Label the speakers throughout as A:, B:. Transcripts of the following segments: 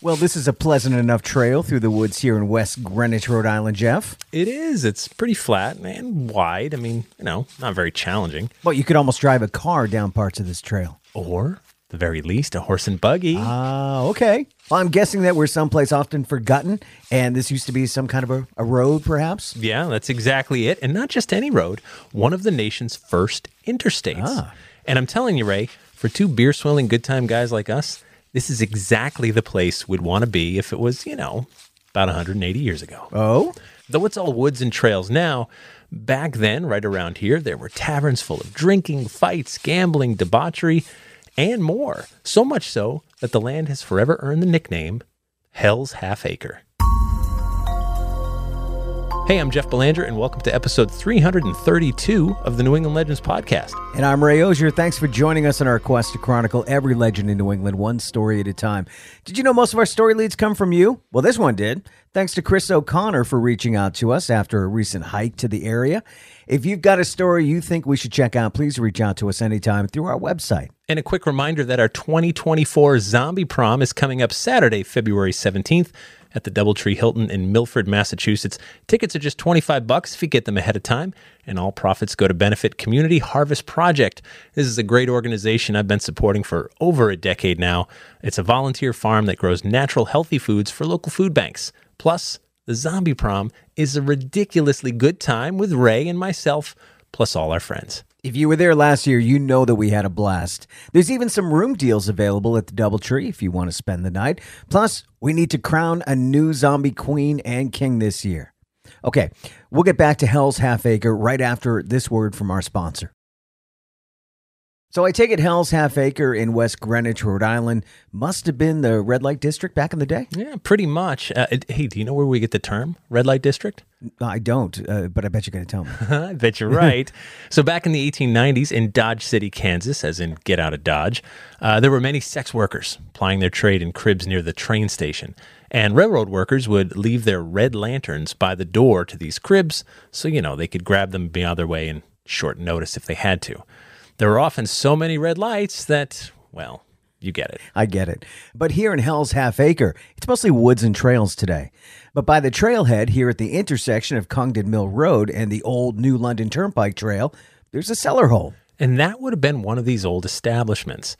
A: Well, this is a pleasant enough trail through the woods here in West Greenwich, Rhode Island, Jeff.
B: It is. It's pretty flat and wide. I mean, you know, not very challenging.
A: Well, you could almost drive a car down parts of this trail.
B: Or, the very least, a horse and buggy.
A: Ah, okay. Well, I'm guessing that we're someplace often forgotten, and this used to be some kind of a, a road, perhaps.
B: yeah, that's exactly it. And not just any road, one of the nation's first interstates. And I'm telling you, Ray, for two beer swilling good time guys like us, this is exactly the place we'd want to be if it was, you know, about 180 years ago.
A: Oh,
B: Though it's all woods and trails now, back then, right around here, there were taverns full of drinking, fights, gambling, debauchery, and more. So much so that the land has forever earned the nickname Hell's Half Acre. Hey, I'm Jeff Belanger, and welcome to episode 332 of the New England Legends Podcast.
A: And I'm Ray Ozier. Thanks for joining us on our quest to chronicle every legend in New England, one story at a time. Did you know most of our story leads come from you? Well, this one did. Thanks to Chris O'Connor for reaching out to us after a recent hike to the area. If you've got a story you think we should check out, please reach out to us anytime through our website.
B: And a quick reminder that our 2024 Zombie Prom is coming up Saturday, February 17th at the Doubletree Hilton in Milford, Massachusetts. Tickets are just 25 bucks if you get them ahead of time, and all profits go to benefit Community Harvest Project. This is a great organization I've been supporting for over a decade now. It's a volunteer farm that grows natural healthy foods for local food banks. Plus, the Zombie Prom is a ridiculously good time with Ray and myself, plus all our friends.
A: If you were there last year, you know that we had a blast. There's even some room deals available at the Doubletree if you want to spend the night. Plus, we need to crown a new zombie queen and king this year. Okay, we'll get back to Hell's Half Acre right after this word from our sponsor. So I take it Hell's Half Acre in West Greenwich, Rhode Island, must have been the red light district back in the day.
B: Yeah, pretty much. Uh, it- hey, do you know where we get the term red light district?
A: I don't, uh, but I bet you're going to tell me.
B: I bet you're right. so, back in the 1890s in Dodge City, Kansas, as in get out of Dodge, uh, there were many sex workers plying their trade in cribs near the train station. And railroad workers would leave their red lanterns by the door to these cribs so, you know, they could grab them, be on their way in short notice if they had to. There were often so many red lights that, well, you get it.
A: I get it. But here in Hell's Half Acre, it's mostly woods and trails today. But by the trailhead here at the intersection of Congdon Mill Road and the old New London Turnpike Trail, there's a cellar hole.
B: And that would have been one of these old establishments.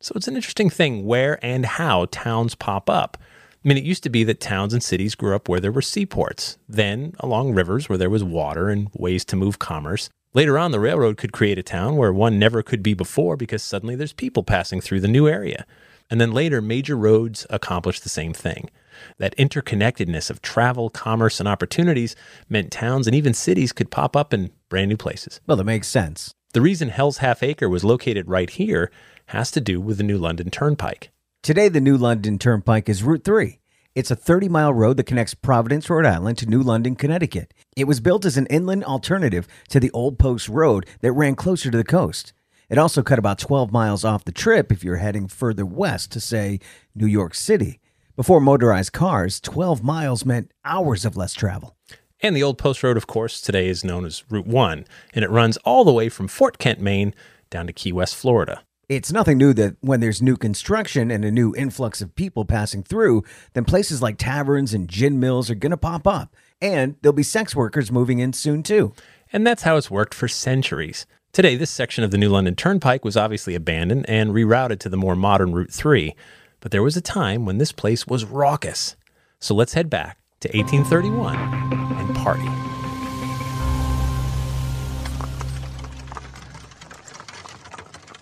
B: So it's an interesting thing where and how towns pop up. I mean, it used to be that towns and cities grew up where there were seaports, then along rivers where there was water and ways to move commerce. Later on, the railroad could create a town where one never could be before because suddenly there's people passing through the new area. And then later, major roads accomplished the same thing. That interconnectedness of travel, commerce, and opportunities meant towns and even cities could pop up in brand new places.
A: Well, that makes sense.
B: The reason Hell's Half Acre was located right here has to do with the new London Turnpike.
A: Today, the New London Turnpike is Route 3. It's a 30 mile road that connects Providence, Rhode Island to New London, Connecticut. It was built as an inland alternative to the Old Post Road that ran closer to the coast. It also cut about 12 miles off the trip if you're heading further west to, say, New York City. Before motorized cars, 12 miles meant hours of less travel.
B: And the Old Post Road, of course, today is known as Route 1, and it runs all the way from Fort Kent, Maine, down to Key West, Florida.
A: It's nothing new that when there's new construction and a new influx of people passing through, then places like taverns and gin mills are going to pop up. And there'll be sex workers moving in soon, too.
B: And that's how it's worked for centuries. Today, this section of the new London Turnpike was obviously abandoned and rerouted to the more modern Route 3, but there was a time when this place was raucous. So let's head back to 1831 and party.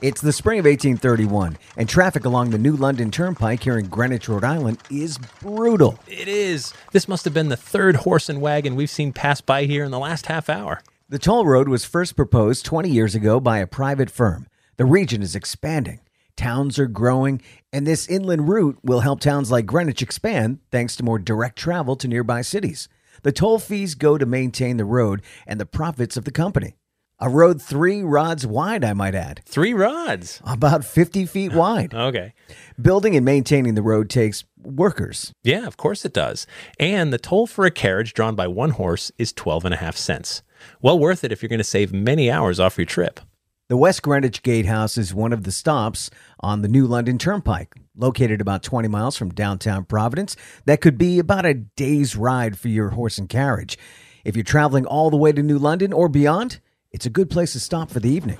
A: It's the spring of 1831, and traffic along the new London Turnpike here in Greenwich, Rhode Island is brutal.
B: It is. This must have been the third horse and wagon we've seen pass by here in the last half hour.
A: The toll road was first proposed 20 years ago by a private firm. The region is expanding, towns are growing, and this inland route will help towns like Greenwich expand thanks to more direct travel to nearby cities. The toll fees go to maintain the road and the profits of the company. A road three rods wide, I might add,
B: Three rods.
A: about 50 feet wide.
B: Okay.
A: Building and maintaining the road takes workers.
B: Yeah, of course it does. And the toll for a carriage drawn by one horse is 12 and a half cents. Well worth it if you're going to save many hours off your trip.
A: The West Greenwich Gatehouse is one of the stops on the New London Turnpike, located about 20 miles from downtown Providence. That could be about a day's ride for your horse and carriage. If you're traveling all the way to New London or beyond, it's a good place to stop for the evening.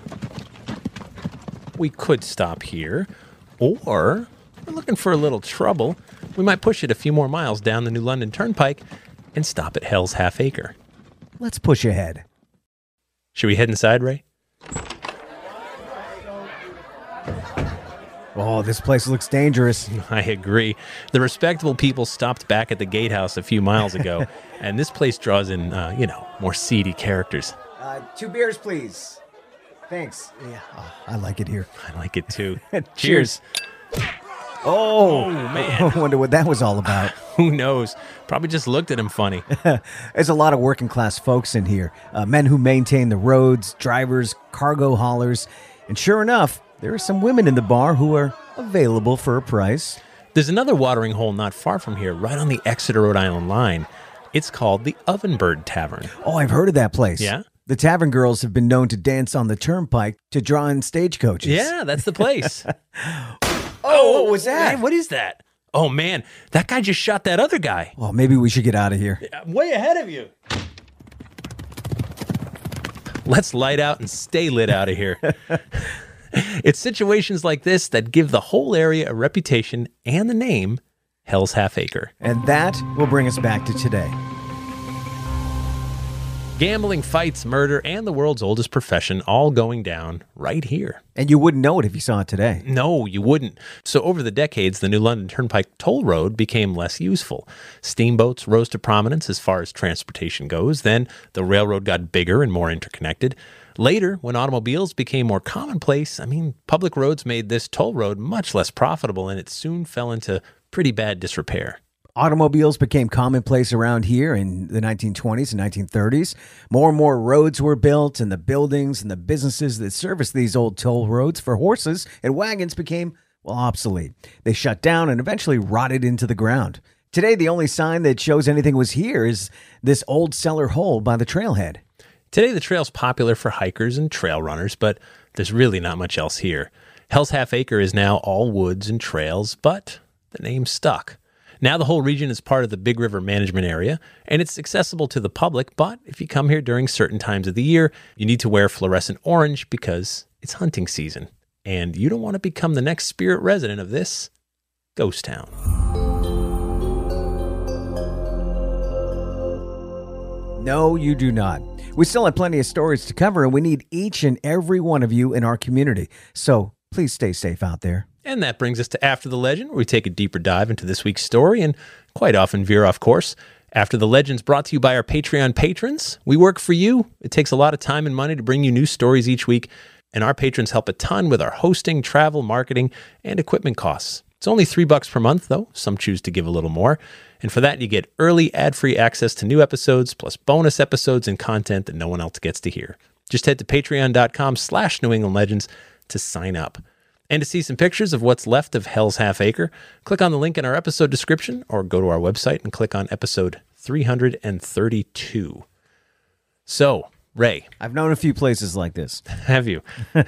B: We could stop here, or if we're looking for a little trouble. We might push it a few more miles down the New London Turnpike and stop at Hell's Half Acre.
A: Let's push ahead.
B: Should we head inside, Ray?
A: Oh, this place looks dangerous.
B: I agree. The respectable people stopped back at the gatehouse a few miles ago, and this place draws in, uh, you know, more seedy characters.
A: Uh, two beers, please. Thanks. Yeah, oh, I like it here.
B: I like it too.
A: Cheers.
B: Cheers.
A: Oh,
B: man.
A: I wonder what that was all about.
B: Who knows? Probably just looked at him funny.
A: There's a lot of working class folks in here uh, men who maintain the roads, drivers, cargo haulers. And sure enough, there are some women in the bar who are available for a price.
B: There's another watering hole not far from here, right on the Exeter, Rhode Island line. It's called the Ovenbird Tavern.
A: Oh, I've heard of that place.
B: Yeah?
A: The tavern girls have been known to dance on the turnpike to draw in stagecoaches.
B: Yeah, that's the place.
A: Oh, what was that?
B: Man, what is that? Oh man, that guy just shot that other guy.
A: Well, Oh, maybe we should get out of here.
B: I'm way ahead of you. Let's light out and stay lit out of here. it's situations like this that give the whole area a reputation and the name Hell's Half Acre.
A: And that will bring us back to today.
B: Gambling, fights, murder, and the world's oldest profession all going down right here.
A: And you wouldn't know it if you saw it today.
B: No, you wouldn't. So, over the decades, the New London Turnpike toll road became less useful. Steamboats rose to prominence as far as transportation goes. Then the railroad got bigger and more interconnected. Later, when automobiles became more commonplace, I mean, public roads made this toll road much less profitable and it soon fell into pretty bad disrepair.
A: Automobiles became commonplace around here in the 1920s and 1930s. More and more roads were built, and the buildings and the businesses that serviced these old toll roads for horses and wagons became, well, obsolete. They shut down and eventually rotted into the ground. Today, the only sign that shows anything was here is this old cellar hole by the trailhead.
B: Today, the trail's popular for hikers and trail runners, but there's really not much else here. Hell's Half Acre is now all woods and trails, but the name stuck. Now, the whole region is part of the Big River Management Area, and it's accessible to the public, but if you come here during certain times of the year, you need to wear fluorescent orange because it's hunting season, and you don't want to become the next spirit resident of this ghost town.
A: No, you do not. We still have plenty of stories to cover, and we need each and every one of you in our community. So please stay safe out there.
B: And that brings us to After the Legend, where we take a deeper dive into this week's story and quite often veer off course. After the Legend's brought to you by our Patreon patrons. We work for you. It takes a lot of time and money to bring you new stories each week, and our patrons help a ton with our hosting, travel, marketing, and equipment costs. It's only three bucks per month, though. Some choose to give a little more. And for that, you get early ad free access to new episodes, plus bonus episodes and content that no one else gets to hear. Just head to patreon.com slash New England Legends to sign up. And to see some pictures of what's left of Hell's Half Acre, click on the link in our episode description or go to our website and click on episode 332. So, Ray,
A: I've known a few places like this.
B: have you?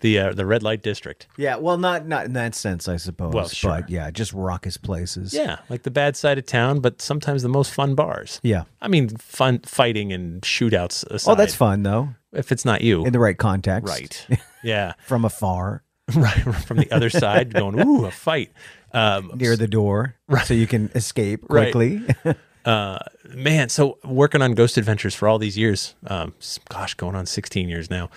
B: the uh, the red light district.
A: Yeah, well, not not in that sense, I suppose.
B: Well, sure.
A: But yeah, just raucous places.
B: Yeah, like the bad side of town, but sometimes the most fun bars.
A: Yeah.
B: I mean, fun fighting and shootouts aside.
A: Oh, that's fun though,
B: If it's not you.
A: in the right context.
B: Right. Yeah.
A: From afar,
B: right. From the other side, going, ooh, a fight. Um,
A: near the door, so you can escape quickly.
B: uh, man, so working on Ghost Adventures for all these years, um, s- gosh, going on 16 years now,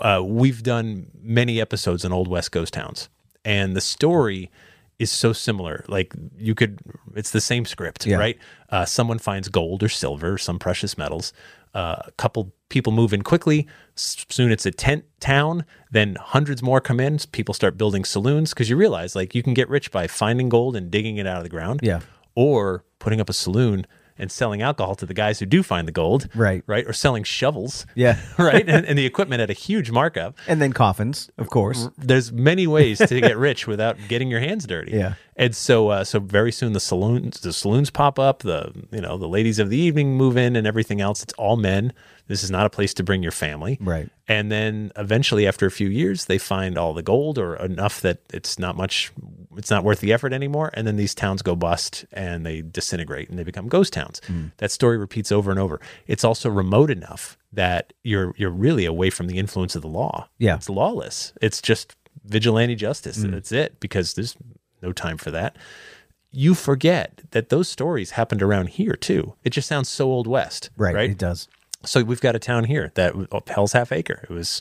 B: uh, we've done many episodes on Old West ghost towns, and the story is so similar. Like you could, it's the same script,
A: Yeah.
B: right? Uh, someone finds gold or silver, or some precious metals. Uh, a couple people move in quickly. S- Soon it's a tent town. Then hundreds more come in. People start building saloons because you realize like you can get rich by finding gold and digging it out of the ground
A: Yeah.
B: or putting up a saloon and selling alcohol to the guys who do find the gold,
A: Right.
B: Right, or selling shovels,
A: Yeah.
B: right, and, and the equipment at a huge markup.
A: and then coffins, of course.
B: There's many ways to get rich without getting your hands dirty.
A: Yeah.
B: and so uh, so very soon the saloons the saloons pop up. The you know the ladies of the evening move in and everything else. It's all men This is not a place to bring your family.
A: Right.
B: And then eventually, after a few years, they find all the gold or enough that it's not much, it's not worth the effort anymore. And then these towns go bust and they disintegrate and they become ghost towns.
A: Hmm.
B: That story repeats over and over. It's also remote enough that you're you're really away from the influence of the law.
A: Yeah. Hmm.
B: it's lawless. It's just vigilante justice. That's it. Because there's no time for that. You forget that those stories happened around here too. It just sounds so old west,
A: Right.
B: Right?
A: It does.
B: so we've got a town here that Hell's Half Acre. It was,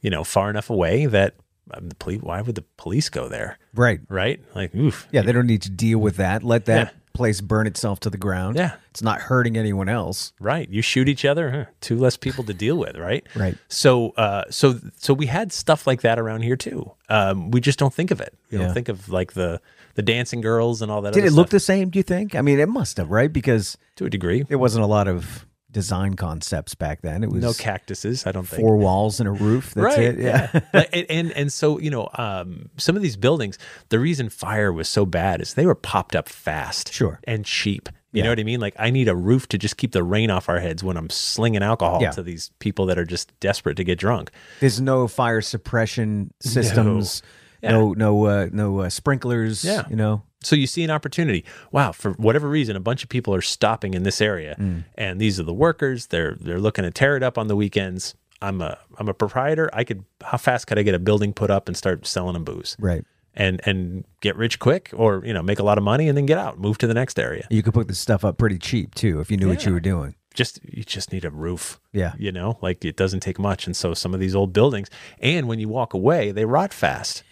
B: you know, far enough away that um, the police. Why would the police go there?
A: Right.
B: Right? Like, oof.
A: Yeah, they don't need to deal with that. Let that
B: Yeah.
A: place burn itself to the ground.
B: Yeah.
A: It's not hurting anyone else.
B: Right. You shoot each other. huh, Two less people to deal with. Right.
A: Right.
B: So, uh, so, so we had stuff like that around here too. Um, we just don't think of it. We
A: Yeah.
B: don't think of like the the dancing girls and all that.
A: Did
B: other
A: it look
B: stuff.
A: the same, do you think? I mean, it must have, right? Because
B: to a degree?
A: there wasn't a lot of design concepts back then. It was
B: No cactuses. I don't think.
A: four walls and a roof. That's it. Yeah.
B: Like, and, and and so you know, um, some of these buildings, the reason fire was so bad is they were popped up fast,
A: Sure.
B: and cheap. You know what I mean? Like I need a roof to just keep the rain off our heads when I'm slinging alcohol
A: Yeah.
B: to these people that are just desperate to get drunk.
A: There's no fire suppression systems.
B: Yeah.
A: No, no, uh, no uh, sprinklers.
B: Yeah.
A: You know,
B: So you see an opportunity. Wow, for whatever reason, a bunch of people are stopping in this area,
A: Mm.
B: and these are the workers. They're they're looking to tear it up on the weekends. I'm a I'm a proprietor. I could how fast could I get a building put up and start selling them booze?
A: right.
B: and and get rich quick or you know make a lot of money and then get out move to the next area
A: You could put this stuff up pretty cheap too if you knew what you were doing.
B: just you just need a roof
A: Yeah.
B: you know like it doesn't take much and so some of these old buildings and when you walk away they rot fast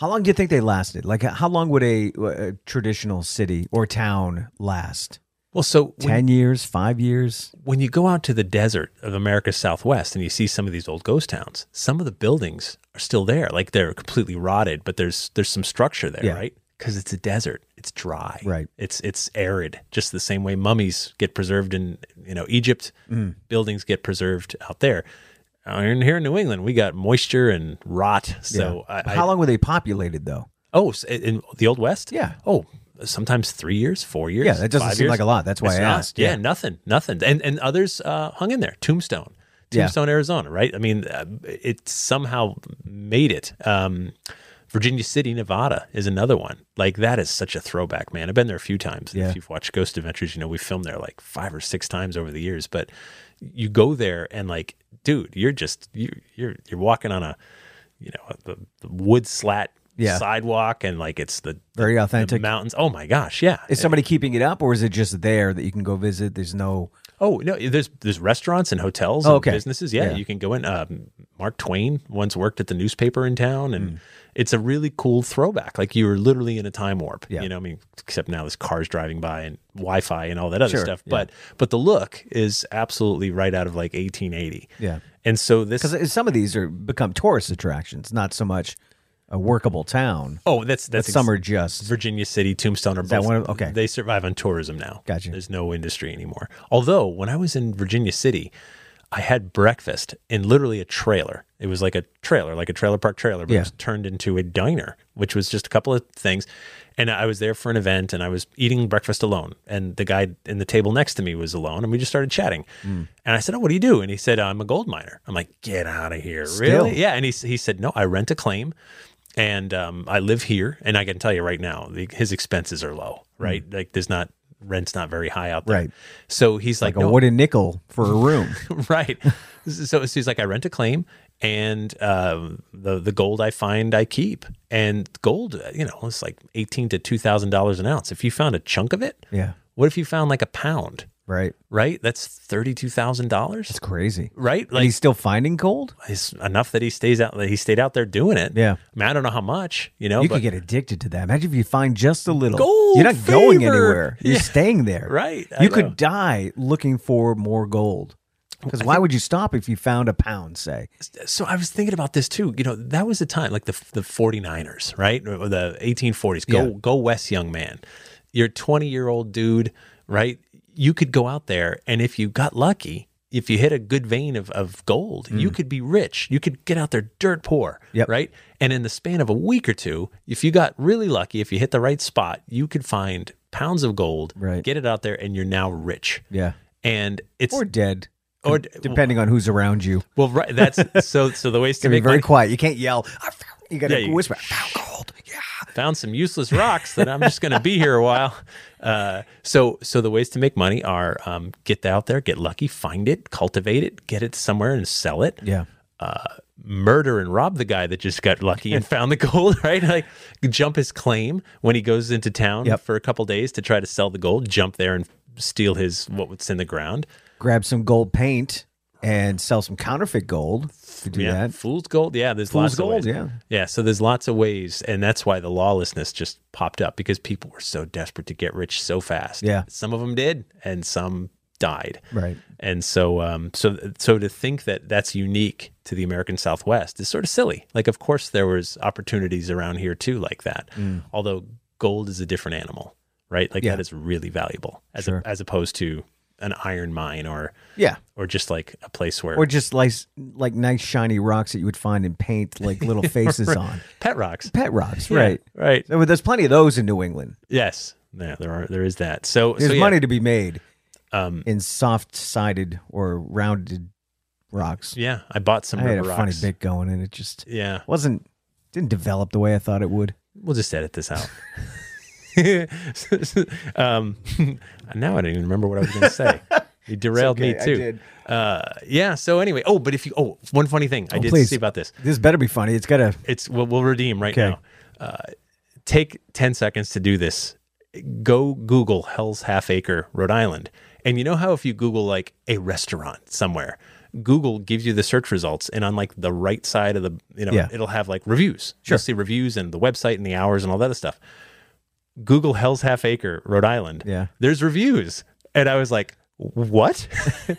A: How long do you think they lasted? Like, how long would a, a traditional city or town last?
B: well so when,
A: 10 years, five years?
B: when you go out to the desert of america's southwest and you see some of these old ghost towns some of the buildings are still there like they're completely rotted but there's there's some structure there
A: Yeah.
B: right because it's a desert it's dry
A: Right.
B: it's it's arid just the same way mummies get preserved in you know egypt
A: Mm.
B: buildings get preserved out there Uh, and here in new england we got moisture and rot so I, I,
A: How long were they populated though?
B: oh s- in the old west
A: Yeah.
B: oh sometimes three years four years
A: Yeah, that doesn't
B: five
A: seem
B: years.
A: like a lot. That's why
B: It's
A: I
B: not.
A: asked.
B: Yeah, nothing, nothing. And and others uh, hung in there. Tombstone,
A: Yeah.
B: Tombstone, Arizona. Right. I mean, uh, it somehow made it. Um, Virginia City, Nevada is another one. Like that is such a throwback, man. I've been there a few times.
A: Yeah.
B: If you've watched Ghost Adventures, you know we filmed there like five or six times over the years. But you go there and like, dude, you're just you you're you're walking on a you know the, the wood slat
A: Yeah.
B: sidewalk and like it's the
A: Very
B: the
A: authentic.
B: mountains. Oh my gosh, yeah.
A: Is somebody keeping it up or is it just there that you can go visit? There's no.
B: Oh no, there's there's restaurants and hotels
A: Oh,
B: and
A: okay.
B: businesses. Yeah,
A: Yeah.
B: you can go in. Um, Mark Twain once worked at the newspaper in town,
A: Hmm.
B: and it's a really cool throwback. Like you were literally in a time warp.
A: Yeah.
B: You know, I mean, except now there's cars driving by and Wi-Fi and all that other
A: Sure,
B: stuff.
A: yeah.
B: But but the look is absolutely right out of like 1880.
A: Yeah.
B: And so this
A: Because some of these are become tourist attractions, not so much a workable town.
B: oh that's that's ex-
A: Some are just.
B: Virginia City, Tombstone are both.
A: that one of- okay.
B: They survive on tourism now.
A: Gotcha.
B: There's no industry anymore. Although when I was in Virginia City, I had breakfast in literally a trailer. It was like a trailer, like a trailer park trailer, but
A: Yeah.
B: it was turned into a diner, which was just a couple of things. And I was there for an event and I was eating breakfast alone. And the guy in the table next to me was alone and we just started chatting.
A: Mm.
B: And I said, Oh, what do you do? And he said, I'm a gold miner. I'm like, Get out of here.
A: Still?
B: Really? Yeah. And he, he said, No, I rent a claim and um, I live here. And I can tell you right now, the, his expenses are low, right? Like, there's not, rent's not very high out there.
A: Hmm. Right.
B: So he's like,
A: Like a
B: "No,
A: wooden nickel for a room.
B: right. So, so he's like, I rent a claim, and um, the the gold I find, I keep. And gold, uh, you know, it's like eighteen to two thousand dollars an ounce. If you found a chunk of it,
A: yeah.
B: what if you found like a pound?
A: Right.
B: Right, that's thirty two thousand dollars.
A: It's crazy.
B: Right,
A: And
B: like
A: he's still finding gold?
B: it's enough that he stays out. That he stayed out there doing it.
A: Yeah.
B: I mean, I don't know how much. You know,
A: You
B: Oh, but,
A: could get addicted to that. Imagine if you find just a little.
B: Gold
A: You're not going
B: fever.
A: anywhere. You're staying there.
B: Right, I
A: You
B: know.
A: could die looking for more gold. Because why would you stop if you found a pound, say?
B: so I was thinking about this too. You know, that was a time like the the 49ers, right? Or the 1840s. Go
A: Yeah.
B: go west, young man. You're a 20 year old dude, right? You could go out there, and if you got lucky, if you hit a good vein of, of gold, you could be rich. You could get out there dirt poor,
A: Mm. Yep.
B: right? And in the span of a week or two, if you got really lucky, if you hit the right spot, you could find pounds of gold,
A: Right.
B: get it out there, and you're now rich.
A: Yeah.
B: And it's
A: Or dead.
B: Or
A: depending on who's around you.
B: well, right. That's so. So the ways to
A: Gotta be
B: make
A: very
B: money.
A: quiet. You can't yell. I found, you gotta
B: Yeah, you-
A: whisper. I found gold. Yeah.
B: found some useless rocks that I'm just going to be here a while. Uh, so, so the ways to make money are um, get out there, get lucky, find it, cultivate it, get it somewhere and sell it.
A: Yeah.
B: Uh, murder and rob the guy that just got lucky and found the gold. Right, like jump his claim when he goes into town
A: Yep.
B: for a couple days to try to sell the gold. Jump there and steal his what's in the ground.
A: Grab some gold paint and sell some counterfeit gold. To do
B: yeah,
A: that.
B: fool's gold. Yeah, there's
A: Fool's
B: lots
A: gold,
B: of ways.
A: yeah.
B: yeah. So there's lots of ways, and that's why the lawlessness just popped up because people were so desperate to get rich so fast.
A: Yeah.
B: some of them did, and some died.
A: Right.
B: And so, um, so, so to think that that's unique to the American Southwest is sort of silly. Like, of course, there was opportunities around here too, like that. Although gold is a different animal, right? Like
A: Mm. Yeah.
B: that is really valuable as
A: Sure.
B: a, as opposed to an iron mine or
A: Yeah.
B: or just like a place where
A: Or just like like nice shiny rocks that you would find and paint like little faces on.
B: pet rocks.
A: Pet rocks,
B: Yeah,
A: right?
B: Right.
A: So There's plenty of those in New England.
B: Yes. Yeah, there are there is that. So
A: There's
B: so, yeah,
A: money to be made
B: Um,
A: in soft-sided or rounded rocks.
B: yeah, I bought some
A: I had a
B: rubber
A: funny
B: rocks.
A: bit going, and it just
B: Yeah,
A: wasn't didn't develop the way I thought it would.
B: we'll just edit this out. um, now I don't even remember what I was going to say. You derailed
A: okay,
B: me
A: I
B: too.
A: did.
B: Uh, yeah. So anyway, oh, but if you, oh, one funny thing I did
A: please.
B: see about this.
A: This better be funny. It's got a
B: It's we'll, we'll redeem right
A: Okay.
B: now. Uh, take ten seconds to do this. Go Google Hell's Half Acre, Rhode Island, and you know how if you Google like a restaurant somewhere, Google gives you the search results, and on like the right side of the, you know,
A: Yeah.
B: it'll have like reviews. You'll see reviews and the website and the hours and all that other stuff. Google Hell's Half Acre, Rhode Island.
A: Yeah.
B: There's reviews. And I was like, what?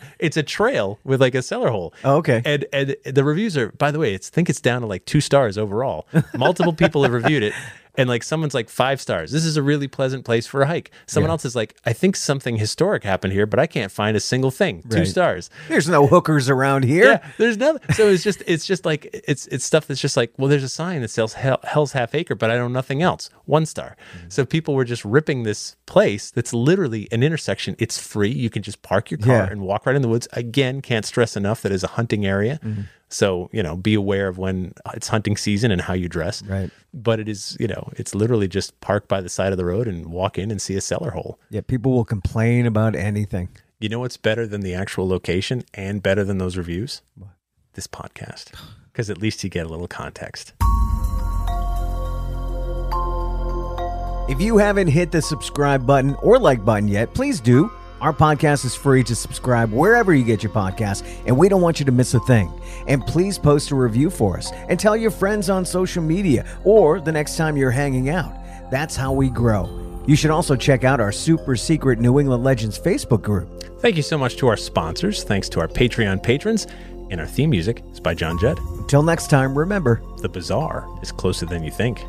B: it's a trail with like a cellar hole.
A: Oh, okay.
B: And and the reviews are, by the way, it's I think it's down to like two stars overall. Multiple people have reviewed it. And like someone's like five stars. This is a really pleasant place for a hike. Someone else is like, I think something historic happened here, but I can't find a single thing. Two
A: Right.
B: stars.
A: There's no hookers around here.
B: Yeah, there's nothing. So it's just it's just like it's it's stuff that's just like well, there's a sign that sells hell, Hell's Half Acre, but I know nothing else. One star.
A: Mm-hmm.
B: So people were just ripping this place that's literally an intersection. It's free. You can just park your car
A: Yeah.
B: and walk right in the woods. Again, can't stress enough that is a hunting area.
A: Mm-hmm.
B: So you know, be aware of when it's hunting season and how you dress.
A: Right.
B: But it is you know, it's literally just park by the side of the road and walk in and see a cellar hole.
A: Yeah, people will complain about anything.
B: You know what's better than the actual location and better than those reviews? This podcast. Because at least you get a little context.
A: If you haven't hit the subscribe button or like button yet, please do. Our podcast is free to subscribe wherever you get your podcast, and we don't want you to miss a thing. And please post a review for us and tell your friends on social media or the next time you're hanging out. That's how we grow. You should also check out our super secret New England Legends Facebook group.
B: Thank you so much to our sponsors. Thanks to our Patreon patrons. And our theme music is by John Jett.
A: Until next time, remember
B: The bizarre is closer than you think.